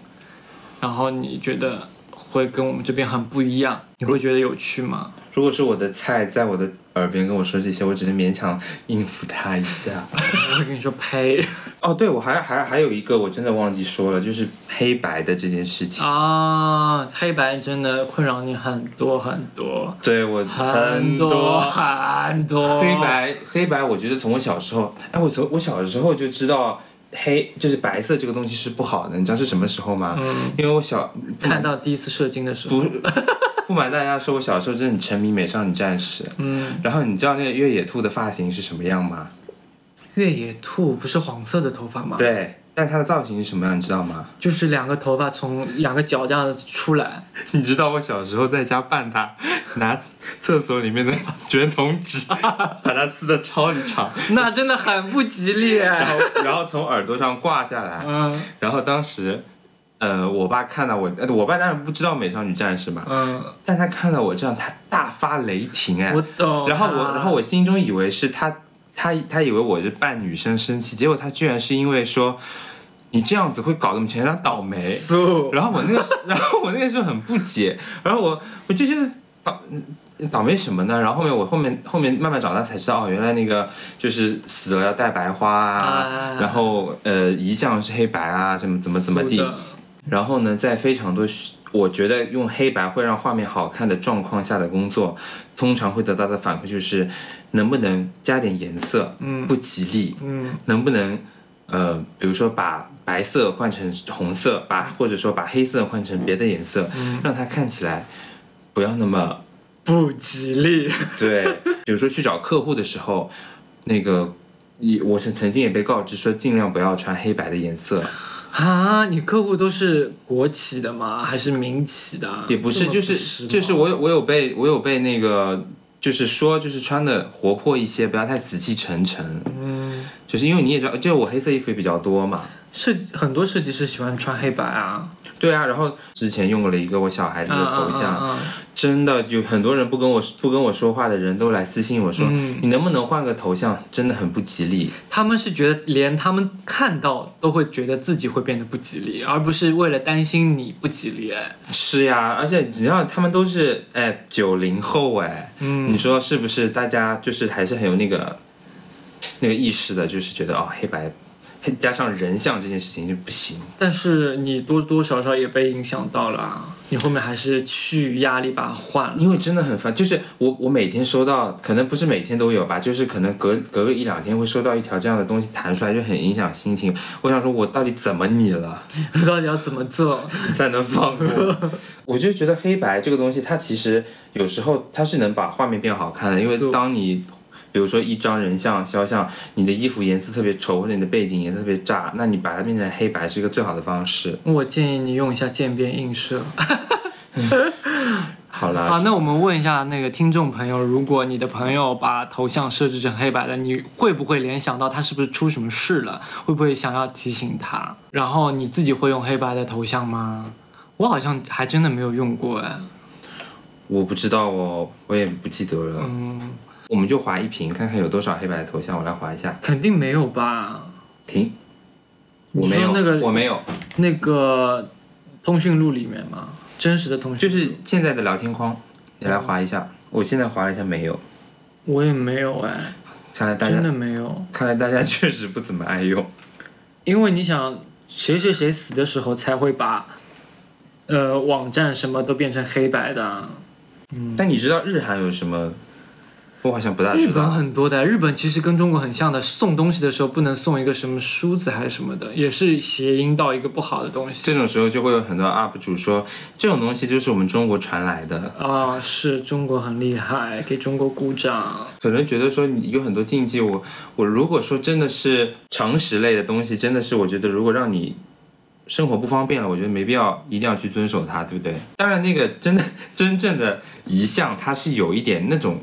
Speaker 1: 然后你觉得会跟我们这边很不一样，你会觉得有趣吗？
Speaker 2: 如果是我的菜在我的耳边跟我说这些，我只是勉强应付他 一下。
Speaker 1: 我会跟你说呸
Speaker 2: 哦，对，我还还还有一个我真的忘记说了，就是黑白的这件事情。
Speaker 1: 啊！黑白真的困扰你很多很多
Speaker 2: 对我
Speaker 1: 很多很多
Speaker 2: 黑。白黑白，我觉得从我小时候，哎，我从我小时候就知道黑就是白色这个东西是不好的，你知道是什么时候吗？因为我小
Speaker 1: 看到第一次射精的时候，
Speaker 2: 不不瞒大家说，我小时候真的很沉迷《美少女战士》，嗯，然后你知道那个越野兔的发型是什么样吗？
Speaker 1: 越野兔不是黄色的头发吗？
Speaker 2: 对，但它的造型是什么样，你知道吗？
Speaker 1: 就是两个头发从两个脚这样出来。
Speaker 2: 你知道我小时候在家扮它， 拿厕所里面的卷筒纸 把它撕的超级长，
Speaker 1: 那真的很不吉利。
Speaker 2: 然后然后从耳朵上挂下来，
Speaker 1: 嗯
Speaker 2: 然后当时，呃，我爸看到我，呃我爸当然不知道美少女战士嘛，
Speaker 1: 嗯，
Speaker 2: 但他看到我这样，他大发雷霆哎
Speaker 1: 我。懂。啊
Speaker 2: 然后我，然后
Speaker 1: 我，
Speaker 2: 我心中以为是他，他他以为我是扮女生生气，结果他居然是因为说你这样子会搞得我们全家倒霉。
Speaker 1: 素
Speaker 2: 然后我那个时， 然后我那个时候很不解，然后我我就觉得倒倒霉什么呢？然后后面我后面后面慢慢长大才知道，哦，原来那个就是死了要戴白花啊
Speaker 1: 啊，
Speaker 2: 然后呃遗像是黑白啊，怎么怎么怎么地。然后呢，在非常多需我觉得用黑白会让画面好看的状况下的工作，通常会得到的反馈就是能不能加点颜色，嗯，不吉利，
Speaker 1: 嗯，
Speaker 2: 能不能呃，比如说把白色换成红色，把或者说把黑色换成别的颜色，让它看起来不要那么
Speaker 1: 不吉利。
Speaker 2: 对。比如说去找客户的时候，那个也我曾曾经也被告知说，尽量不要穿黑白的颜色，
Speaker 1: 啊，你客户都是国企的吗？还是民企的啊？
Speaker 2: 也不
Speaker 1: 这
Speaker 2: 是，
Speaker 1: 么
Speaker 2: 就
Speaker 1: 时
Speaker 2: 是
Speaker 1: 髦
Speaker 2: 就是我有我有被我有被那个就是说就是穿的活泼一些，不要太死气沉沉。
Speaker 1: 嗯，
Speaker 2: 就是因为你也知道，就是我黑色衣服也比较多嘛。
Speaker 1: 设很多设计师喜欢穿黑白啊，
Speaker 2: 对啊，然后之前用了一个我小孩子的头像，
Speaker 1: 嗯嗯嗯
Speaker 2: 真的有很多人不跟我不跟我说话的人都来私信我说，你能不能换个头像？真的很不吉利。
Speaker 1: 嗯他们是觉得连他们看到都会觉得自己会变得不吉利，而不是为了担心你不吉利。哎
Speaker 2: 是呀，而且你知道他们都是哎九零后哎，你说是不是？大家就是还是很有那个那个意识的，就是觉得哦黑白黑加上人像这件事情就不行。
Speaker 1: 但是你多多少少也被影响到了啊，你后面还是去压力把它换了。
Speaker 2: 因为真的很烦，就是我我每天收到，可能不是每天都有吧，就是可能隔隔个一两天会收到一条这样的东西弹出来，就很影响心情。我想说，我到底怎么你了，
Speaker 1: 到底要怎么做？
Speaker 2: 你才能放过？ 我就觉得黑白这个东西，它其实有时候它是能把画面变好看的，因
Speaker 1: 是
Speaker 2: 为当你。比如说一张人像肖像，你的衣服颜色特别丑，或者你的背景颜色特别炸，那你把它变成黑白是一个最好的方式。
Speaker 1: 我建议你用一下渐变啊映射。
Speaker 2: 好啦，
Speaker 1: 好，那我们问一下那个听众朋友，如果你的朋友把头像设置成黑白的，你会不会联想到他是不是出什么事了？会不会想要提醒他？然后你自己会用黑白的头像吗？我好像还真的没有用过哎。
Speaker 2: 我不知道哦，我也不记得了。
Speaker 1: 嗯，
Speaker 2: 我们就划一屏，看看有多少黑白的头像，我来划一下。
Speaker 1: 肯定没有吧？
Speaker 2: 停，
Speaker 1: 你
Speaker 2: 我没有，
Speaker 1: 说那个
Speaker 2: 我没有，
Speaker 1: 那个通讯录里面吗？真实的通讯录
Speaker 2: 就是现在的聊天框，你来划一下。我现在划了一下，没有。
Speaker 1: 我也没有哎，
Speaker 2: 看来大
Speaker 1: 真
Speaker 2: 家
Speaker 1: 的没有，
Speaker 2: 看来大家确实不怎么爱用。
Speaker 1: 因为你想谁谁谁死的时候才会把，呃，网站什么都变成黑白的啊。
Speaker 2: 嗯但你知道日韩有什么？我好像不大
Speaker 1: 日
Speaker 2: 知
Speaker 1: 本
Speaker 2: 道。
Speaker 1: 很多的，日本其实跟中国很像的，送东西的时候不能送一个什么梳子还是什么的，也是谐音到一个不好的东西。
Speaker 2: 这种时候就会有很多 UP 主说，这种东西就是我们中国传来的，
Speaker 1: 啊、是中国很厉害，给中国鼓掌。
Speaker 2: 可能觉得说你有很多禁忌，我我如果说真的是常识类的东西，真的是我觉得如果让你生活不方便了，我觉得没必要一定要去遵守它，对不对？当然，那个真的真正的遗像，它是有一点那种，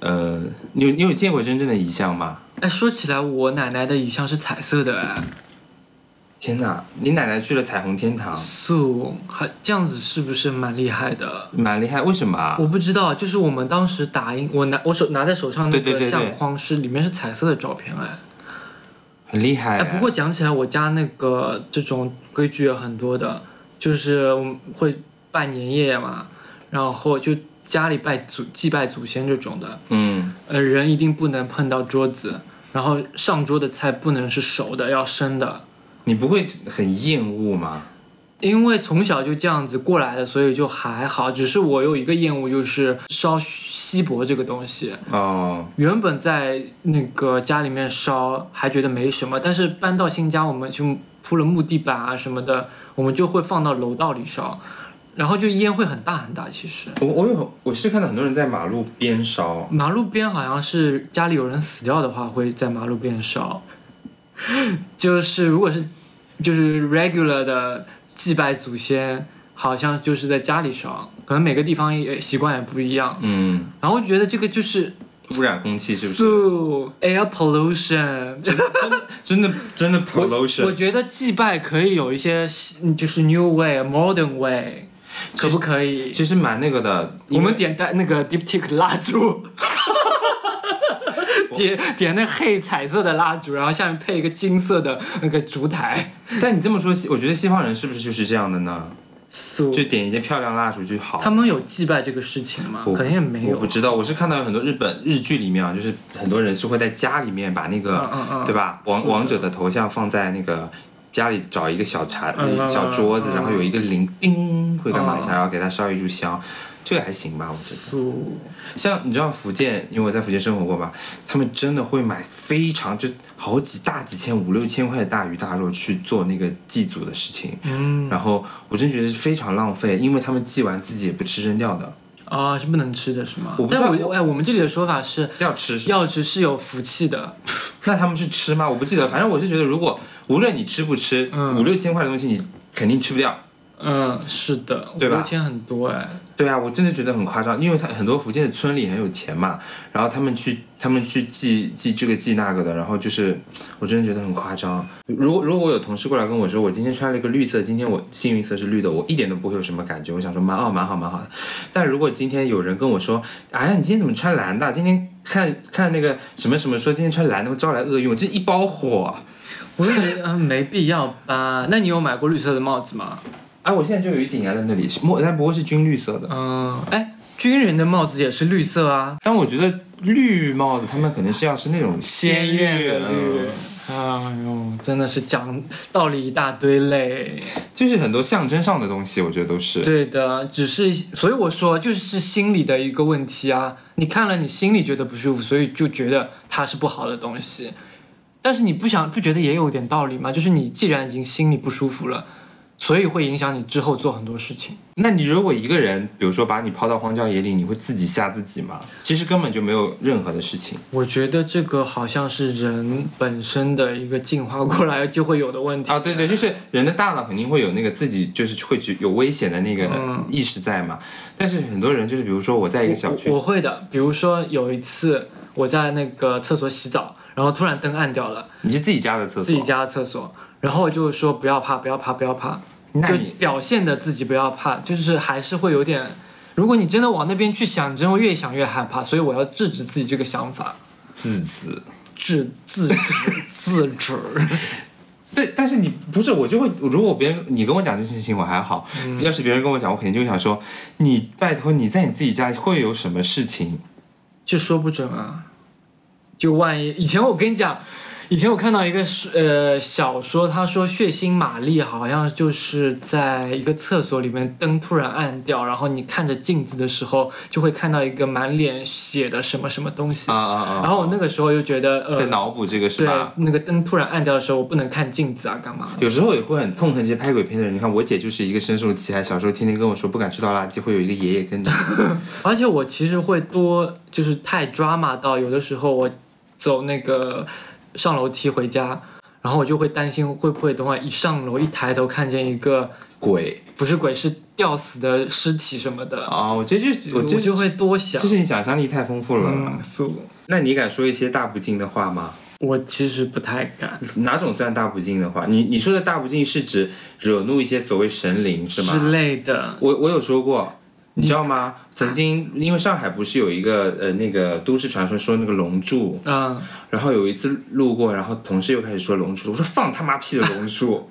Speaker 2: 呃，你有你有见过真正的遗像吗？
Speaker 1: 哎，说起来，我奶奶的遗像是彩色的，哎，
Speaker 2: 天哪，你奶奶去了彩虹天堂，
Speaker 1: 素还这样子是不是蛮厉害的？
Speaker 2: 蛮厉害，为什么啊？
Speaker 1: 呃我不知道，就是我们当时打印，我拿我手拿在手上那
Speaker 2: 对对
Speaker 1: 个
Speaker 2: 对对
Speaker 1: 相框是里面是彩色的照片，哎。
Speaker 2: 很厉害、
Speaker 1: 哎，不过讲起来，我家那个这种规矩也很多的，就是我们会拜年夜嘛，然后就家里拜祖祭拜祖先这种的，
Speaker 2: 嗯，
Speaker 1: 呃，人一定不能碰到桌子，然后上桌的菜不能是熟的，要生的，
Speaker 2: 你不会很厌恶吗？
Speaker 1: 因为从小就这样子过来的，所以就还好。只是我有一个厌恶，就是烧锡箔这个东西。
Speaker 2: 哦，
Speaker 1: 原本在那个家里面烧还觉得没什么，但是搬到新家，我们就铺了木地板啊什么的，我们就会放到楼道里烧，然后就烟会很大很大。其实
Speaker 2: 我我有我是看到很多人在马路边烧，
Speaker 1: 马路边好像是家里有人死掉的话，会在马路边烧， 就是如果是就是 regular 的祭拜祖先，好像就是在家里烧，可能每个地方也习惯也不一样。
Speaker 2: 嗯，
Speaker 1: 然后觉得这个就是
Speaker 2: 污染空气是不是？
Speaker 1: so air pollution。
Speaker 2: 真的真的
Speaker 1: 我
Speaker 2: pollution，
Speaker 1: 觉得祭拜可以有一些嗯就是 new way、modern way，可不可以？
Speaker 2: 其实蛮那个的。
Speaker 1: 我
Speaker 2: 因为
Speaker 1: 们点带那个 diptic 蜡 烛，点点那黑彩色的蜡烛，然后下面配一个金色的那个烛台，
Speaker 2: 但你这么说，西我觉得西方人是不是就是这样的呢？
Speaker 1: 素
Speaker 2: 就点一些漂亮蜡烛就好。
Speaker 1: 他们有祭拜这个事情吗
Speaker 2: 我？
Speaker 1: 肯定也没
Speaker 2: 我
Speaker 1: 有
Speaker 2: 不。知道，我是看到有很多日本日剧里面啊，就是很多人是会在家里面把那个，
Speaker 1: 嗯嗯嗯
Speaker 2: 对吧？王
Speaker 1: 是的
Speaker 2: 王者的头像放在那个家里找一个小茶、
Speaker 1: 嗯嗯
Speaker 2: 小桌子，
Speaker 1: 嗯
Speaker 2: 然后有一个铃叮会干嘛一下，
Speaker 1: 嗯
Speaker 2: 然后给他烧一炷香，这个还行吧，我觉得。
Speaker 1: 素
Speaker 2: 像你知道福建，因为我在福建生活过嘛，他们真的会买非常就好几大几千五六千块的大鱼大肉去做那个祭祖的事情，
Speaker 1: 嗯
Speaker 2: 然后我真觉得是非常浪费，因为他们祭完自己也不吃扔掉的，
Speaker 1: 啊是不能吃的是吗
Speaker 2: 我？不知道
Speaker 1: 但我哎，我们这里的说法是
Speaker 2: 要吃是吧
Speaker 1: 药吃是有福气的，
Speaker 2: 那他们是吃吗？我不记得，反正我是觉得，如果无论你吃不吃，
Speaker 1: 嗯
Speaker 2: 五六千块的东西你肯定吃不掉。
Speaker 1: 嗯是的，
Speaker 2: 对吧
Speaker 1: 五千很多哎，
Speaker 2: 对啊，我真的觉得很夸张，因为他很多福建的村里很有钱嘛，然后他们去他们去寄寄这个寄那个的，然后就是我真的觉得很夸张。如果如果我有同事过来跟我说，我今天穿了一个绿色，今天我幸运色是绿的，我一点都不会有什么感觉，我想说蛮哦蛮好蛮好的。但如果今天有人跟我说，哎呀你今天怎么穿蓝的？今天看看那个什么什么说今天穿蓝的会招来厄运，我这一包火。
Speaker 1: 我就觉得啊，没必要吧。那你有买过绿色的帽子吗？
Speaker 2: 哎，我现在就有一顶啊，在那里，是墨，但不过是军绿色的。
Speaker 1: 嗯，哎，军人的帽子也是绿色啊，
Speaker 2: 但我觉得绿帽子他们肯定是要是那种
Speaker 1: 鲜艳的绿
Speaker 2: 嗯。
Speaker 1: 哎呦，真的是讲道理一大堆嘞。
Speaker 2: 就是很多象征上的东西，我觉得都是。
Speaker 1: 对的，只是所以我说就是心理的一个问题啊。你看了你心里觉得不舒服，所以就觉得它是不好的东西。但是你不想不觉得也有点道理吗？就是你既然已经心里不舒服了，所以会影响你之后做很多事情。
Speaker 2: 那你如果一个人，比如说把你抛到荒郊野岭，你会自己吓自己吗？其实根本就没有任何的事情。
Speaker 1: 我觉得这个好像是人本身的一个进化过来就会有的问题
Speaker 2: 啊，对对，就是人的大脑肯定会有那个自己就是会去有危险的那个意识在嘛。但是很多人就是，比如说我在一个小区
Speaker 1: 我，我会的，比如说有一次我在那个厕所洗澡，然后突然灯暗掉了，
Speaker 2: 你是自己家的厕所，
Speaker 1: 自己家的厕所，然后我就说不要怕，不要怕，不要怕，
Speaker 2: 那
Speaker 1: 就
Speaker 2: 你
Speaker 1: 表现的自己不要怕，就是还是会有点。如果你真的往那边去想，你真会越想越害怕，所以我要制止自己这个想法，
Speaker 2: 自子。
Speaker 1: 制自止自止。
Speaker 2: 对，但是你不是我就会，如果别人你跟我讲这件事情，我还好；要是别人跟我讲，我肯定就会想说，你拜托你在你自己家会有什么事情？
Speaker 1: 就说不准啊。就万一以前我跟你讲，以前我看到一个是呃小说，他说血腥玛丽好像就是在一个厕所里面灯突然暗掉，然后你看着镜子的时候就会看到一个满脸血的什么什么东西。
Speaker 2: 啊啊啊！
Speaker 1: 然后我那个时候就觉得
Speaker 2: 在
Speaker 1: 呃，
Speaker 2: 脑补这个是
Speaker 1: 对
Speaker 2: 吧？，
Speaker 1: 那个灯突然暗掉的时候，我不能看镜子啊，干嘛？
Speaker 2: 有时候也会很痛恨这些拍鬼片的人。你看，我姐就是一个深受其害，小时候天天跟我说不敢去倒垃圾，会有一个爷爷 跟着。
Speaker 1: 而且我其实会多，就是太 drama 到有的时候我走那个上楼梯回家，然后我就会担心会不会等会儿一上楼一抬头看见一个
Speaker 2: 鬼
Speaker 1: 不是鬼是吊死的尸体什么的，
Speaker 2: 啊、我觉得就是，
Speaker 1: 我
Speaker 2: 我觉得
Speaker 1: 就会多想
Speaker 2: 就。是你想象力太丰富了。
Speaker 1: 嗯，素，
Speaker 2: 那你敢说一些大不敬的话吗？
Speaker 1: 我其实不太敢
Speaker 2: 哪种算大不敬的话？你你说的大不敬是指惹怒一些所谓神灵是吗？
Speaker 1: 之类的。
Speaker 2: 我我有说过，你知道吗？曾经因为上海不是有一个呃那个都市传说说那个龙柱，
Speaker 1: 嗯，
Speaker 2: 然后有一次路过，然后同事又开始说龙柱，我说放他妈屁的龙柱，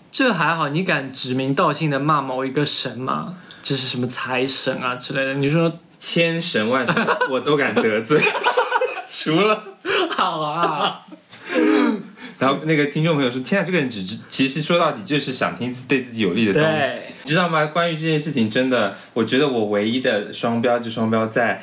Speaker 1: 这还好，你敢指名道姓的骂某一个神吗？这是什么财神啊之类的？你说
Speaker 2: 千神万神我都敢得罪， 除了。
Speaker 1: 好啊，
Speaker 2: 然后那个听众朋友说：“天啊，这个人只是其实说到底就是想听对自己有利的东西
Speaker 1: 对，
Speaker 2: 知道吗？关于这件事情，真的，我觉得我唯一的双标就双标在，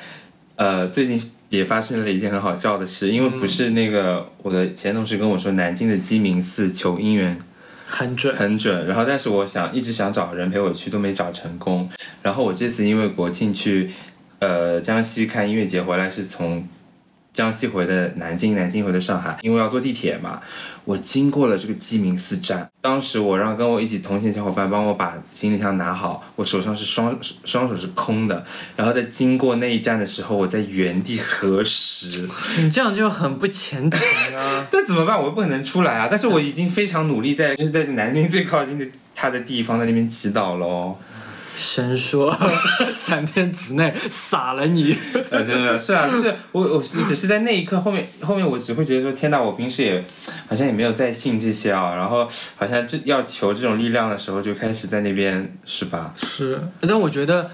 Speaker 2: 呃，最近也发生了一件很好笑的事，因为不是那个、我的前同事跟我说，南京的鸡鸣寺求姻缘
Speaker 1: 很准。
Speaker 2: 很准，然后但是我想一直想找人陪我去，都没找成功。然后我这次因为国庆去，呃，江西看音乐节回来是从江西回的南京，南京回的上海，因为要坐地铁嘛，我经过了这个鸡鸣寺站。当时我让跟我一起同行小伙伴帮我把行李箱拿好，我手上是双双手是空的。然后在经过那一站的时候，我在原地核实。
Speaker 1: 你这样就很不虔诚啊！
Speaker 2: 那怎么办？我不可能出来啊！但是我已经非常努力在，就是在南京最靠近的他的地方，在那边祈祷喽。
Speaker 1: 神说 三天之内杀了你，
Speaker 2: 呃，真的 是啊，就是我我只是在那一刻后面后面，我只会觉得说，天哪！我平时也好像也没有再信这些啊，然后好像这要求这种力量的时候，就开始在那边是吧？
Speaker 1: 是。但我觉得，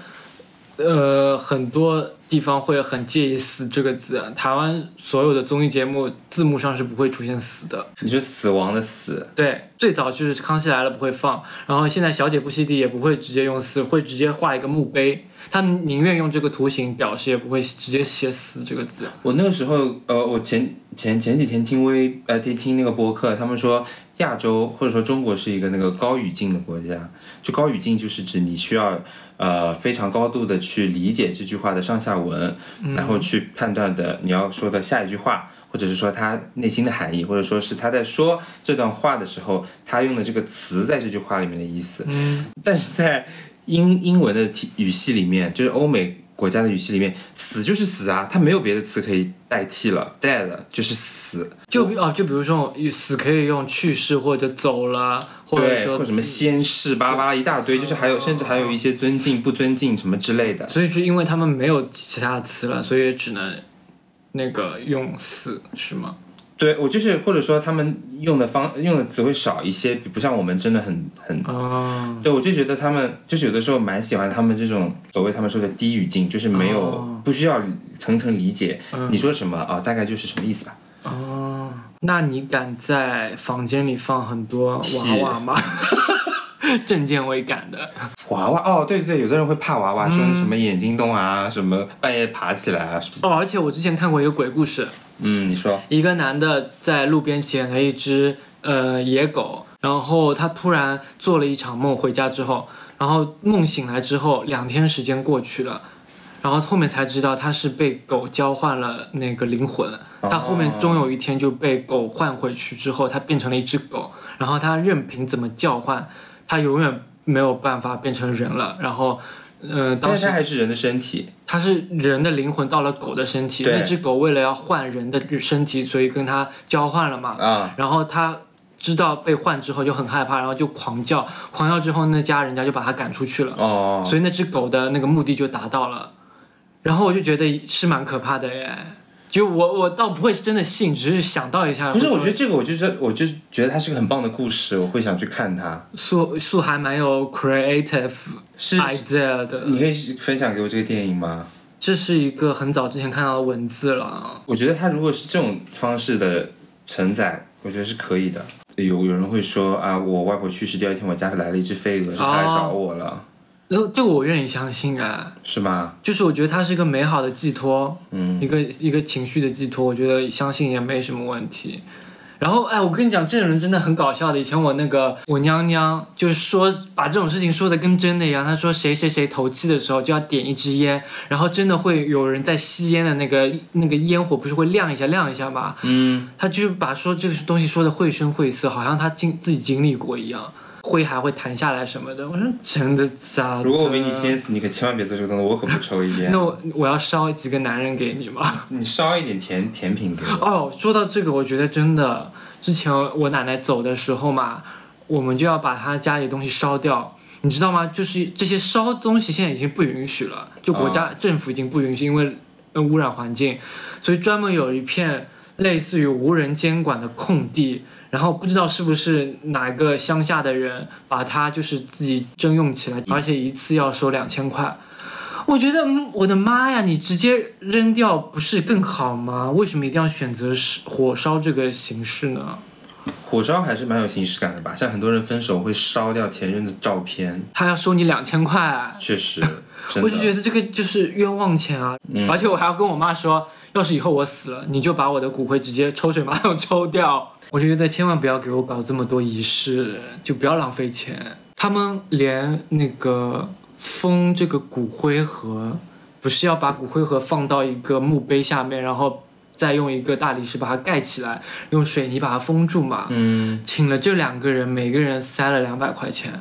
Speaker 1: 呃，很多地方会很介意“死”这个字啊。台湾所有的综艺节目字幕上是不会出现“死”的。
Speaker 2: 你说死亡的死，
Speaker 1: 对，最早就是《康熙来了》不会放，然后现在《小姐不吸地》也不会直接用“死”，会直接画一个墓碑。他们宁愿用这个图形表示，也不会直接写“死”这个字。
Speaker 2: 我那个时候，呃，我前前前几天听微呃听听那个播客，他们说亚洲或者说中国是一个那个高语境的国家，就高语境就是指你需要呃非常高度的去理解这句话的上下文，然后去判断的你要说的下一句话，或者是说他内心的含义，或者说是他在说这段话的时候，他用的这个词在这句话里面的意思。
Speaker 1: 嗯，
Speaker 2: 但是在英英文的体语系里面，就是欧美国家的语系里面，死就是死啊，它没有别的词可以代替了，dead 就是死，
Speaker 1: 就比哦，就比如说死可以用去世或者走了，或者
Speaker 2: 对，
Speaker 1: 说嗯哦
Speaker 2: 或什么先逝巴拉巴拉一大堆，就是还有甚至还有一些尊敬不尊敬什么之类的。
Speaker 1: 所以是因为他们没有其他的词了，所以也只能那个用死是吗？
Speaker 2: 对我就是或者说他们用的方用的词会少一些，不像我们真的很很。
Speaker 1: 哦，
Speaker 2: 对，我就觉得他们就是有的时候蛮喜欢他们这种所谓他们说的低语境，就是没有、
Speaker 1: 哦
Speaker 2: 不需要层层理解，
Speaker 1: 嗯
Speaker 2: 你说什么啊、大概就是什么意思吧。
Speaker 1: 哦，那你敢在房间里放很多娃娃吗？ 证件未敢的，
Speaker 2: 娃娃哦，对对，有的人会怕娃娃，说什么眼睛动啊，什么半夜爬起来啊，什么
Speaker 1: 哦，而且我之前看过一个鬼故事，
Speaker 2: 嗯，你说
Speaker 1: 一个男的在路边捡了一只呃野狗，然后他突然做了一场梦，回家之后，然后梦醒来之后，两天时间过去了。然后后面才知道他是被狗交换了那个灵魂，他后面终有一天就被狗换回去之后，他变成了一只狗，然后他任凭怎么叫唤，他永远没有办法变成人了。然后，呃，当
Speaker 2: 但
Speaker 1: 时
Speaker 2: 是它还是人的身体，
Speaker 1: 它是人的灵魂到了狗的身体，
Speaker 2: 对
Speaker 1: 那只狗为了要换人的身体，所以跟它交换了嘛。
Speaker 2: 啊
Speaker 1: 然后它知道被换之后就很害怕，然后就狂叫，狂叫之后那家人家就把它赶出去了，
Speaker 2: 哦，
Speaker 1: 所以那只狗的那个目的就达到了。然后我就觉得是蛮可怕的耶，就我我倒不会是真的信，只是想到一下。
Speaker 2: 不是，我觉
Speaker 1: 得
Speaker 2: 得这个我就是我就是觉得它是个很棒的故事，我会想去看它。
Speaker 1: 素素还蛮有 creative
Speaker 2: 是，
Speaker 1: idea 的。
Speaker 2: 你可以分享给我这个电影吗？
Speaker 1: 这是一个很早之前看到的文字了。
Speaker 2: 我觉得他如果是这种方式的承载，我觉得是可以的。有有人会说啊，我外婆去世第二天，我家里来了一只飞蛾，是它来找我了，
Speaker 1: 然后这个我愿意相信啊，
Speaker 2: 是吗？
Speaker 1: 就是我觉得它是一个美好的寄托，
Speaker 2: 嗯
Speaker 1: 一个一个情绪的寄托，我觉得相信也没什么问题。然后，哎，我跟你讲，这种人真的很搞笑的。以前我那个我娘娘就是说，把这种事情说的跟真的一样。她说谁谁谁头七的时候就要点一支烟，然后真的会有人在吸烟的那个那个烟火不是会亮一下亮一下吗？
Speaker 2: 嗯，
Speaker 1: 他就是把说这个东西说的绘声绘色，好像他经自己经历过一样，灰还会弹下来什么的。我说真的假的？
Speaker 2: 如果我为你先死，你可千万别做这个动作，我可不抽烟
Speaker 1: 那。我我要烧几个男人给你吗？
Speaker 2: 你烧一点甜甜品给我，
Speaker 1: 哦，说到这个，我觉得真的，之前我奶奶走的时候嘛，我们就要把她家里东西烧掉。你知道吗？就是这些烧东西现在已经不允许了，就国家、政府已经不允许，因为呃污染环境，所以专门有一片类似于无人监管的空地，然后不知道是不是哪个乡下的人把它就是自己征用起来，而且一次要收两千块。我觉得，嗯我的妈呀！你直接扔掉不是更好吗？为什么一定要选择是火烧这个形式呢？
Speaker 2: 火烧还是蛮有形式感的吧？像很多人分手会烧掉前任的照片，
Speaker 1: 他要收你两千块，啊
Speaker 2: 确实，真
Speaker 1: 我就
Speaker 2: 的。
Speaker 1: 觉得这个就是冤枉钱啊！
Speaker 2: 嗯
Speaker 1: 而且我还要跟我妈说，要是以后我死了，你就把我的骨灰直接抽水马桶抽掉。 我就觉得千万不要给我搞这么多仪式，就不要浪费钱。他们连那个封这个骨灰盒，不是要把骨灰盒放到一个墓碑下面，然后再用一个大理石把它盖起来，用水泥把它封住嘛？
Speaker 2: 嗯，
Speaker 1: 请了这两个人，每个人塞了两百块钱，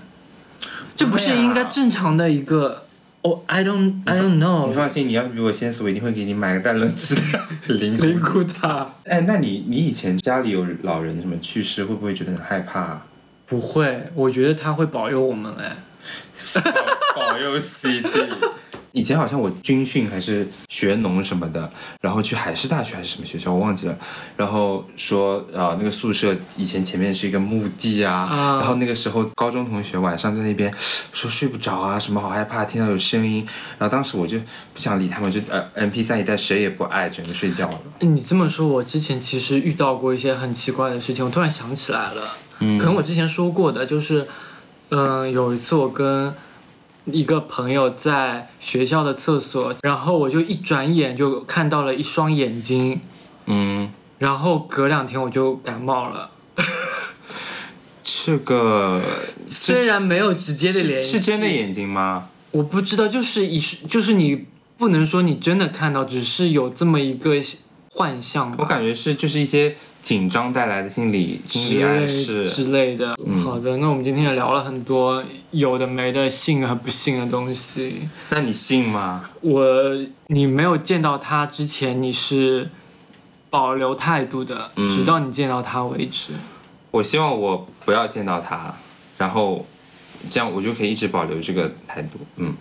Speaker 1: 这不是
Speaker 2: 哎呀
Speaker 1: 应该正常的一个？哦、i don't I don't
Speaker 2: 你
Speaker 1: know，
Speaker 2: 放心，你要是比我先死，我一定会给你买个带轮子的 灵骨
Speaker 1: 灵骨塔
Speaker 2: 哎，那你你以前家里有老人什么去世，会不会觉得很害怕、啊
Speaker 1: 不会，我觉得他会保佑我们哎。
Speaker 2: 保佑 CD。以前好像我军训还是学农什么的，然后去海事大学还是什么学校，我忘记了。然后说啊、呃那个宿舍以前前面是一个墓地啊，
Speaker 1: 啊
Speaker 2: 然后那个时候高中同学晚上在那边说睡不着啊，什么好害怕，听到有声音。然后当时我就不想理他们，就呃 M P 三一代谁也不爱，整个睡觉了。
Speaker 1: 你这么说，我之前其实遇到过一些很奇怪的事情，我突然想起来了，可能我之前说过的，就是，嗯、有一次我跟一个朋友在学校的厕所，然后我就一转眼就看到了一双眼睛，
Speaker 2: 嗯，
Speaker 1: 然后隔两天我就感冒了。
Speaker 2: 这个
Speaker 1: 虽然没有直接的联
Speaker 2: 是
Speaker 1: 系，
Speaker 2: 是真的，眼睛吗？
Speaker 1: 我不知道，就是以就是你不能说你真的看到，只是有这么一个幻象
Speaker 2: 我
Speaker 1: 吧
Speaker 2: 感觉是就是一些紧张带来的心理心理
Speaker 1: 之
Speaker 2: 暗
Speaker 1: 类
Speaker 2: 示。
Speaker 1: 之类的。好的，那我们今天也聊了很多有的没的信和不信的东西。
Speaker 2: 那你信吗？
Speaker 1: 我你没有见到他之前，你是保留态度的，直到你见到他为止。
Speaker 2: 我希望我不要见到他，然后这样我就可以一直保留这个态度。嗯，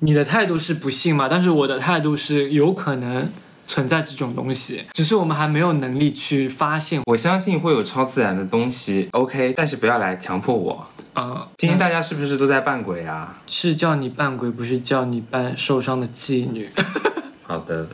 Speaker 1: 你的态度是不信嘛，但是我的态度是有可能存在这种东西，只是我们还没有能力去发现。
Speaker 2: 我相信会有超自然的东西，OK，但是不要来强迫我。
Speaker 1: 啊、
Speaker 2: 今天大家是不是都在扮鬼啊？
Speaker 1: 是叫你扮鬼，不是叫你扮受伤的妓女。
Speaker 2: 好的。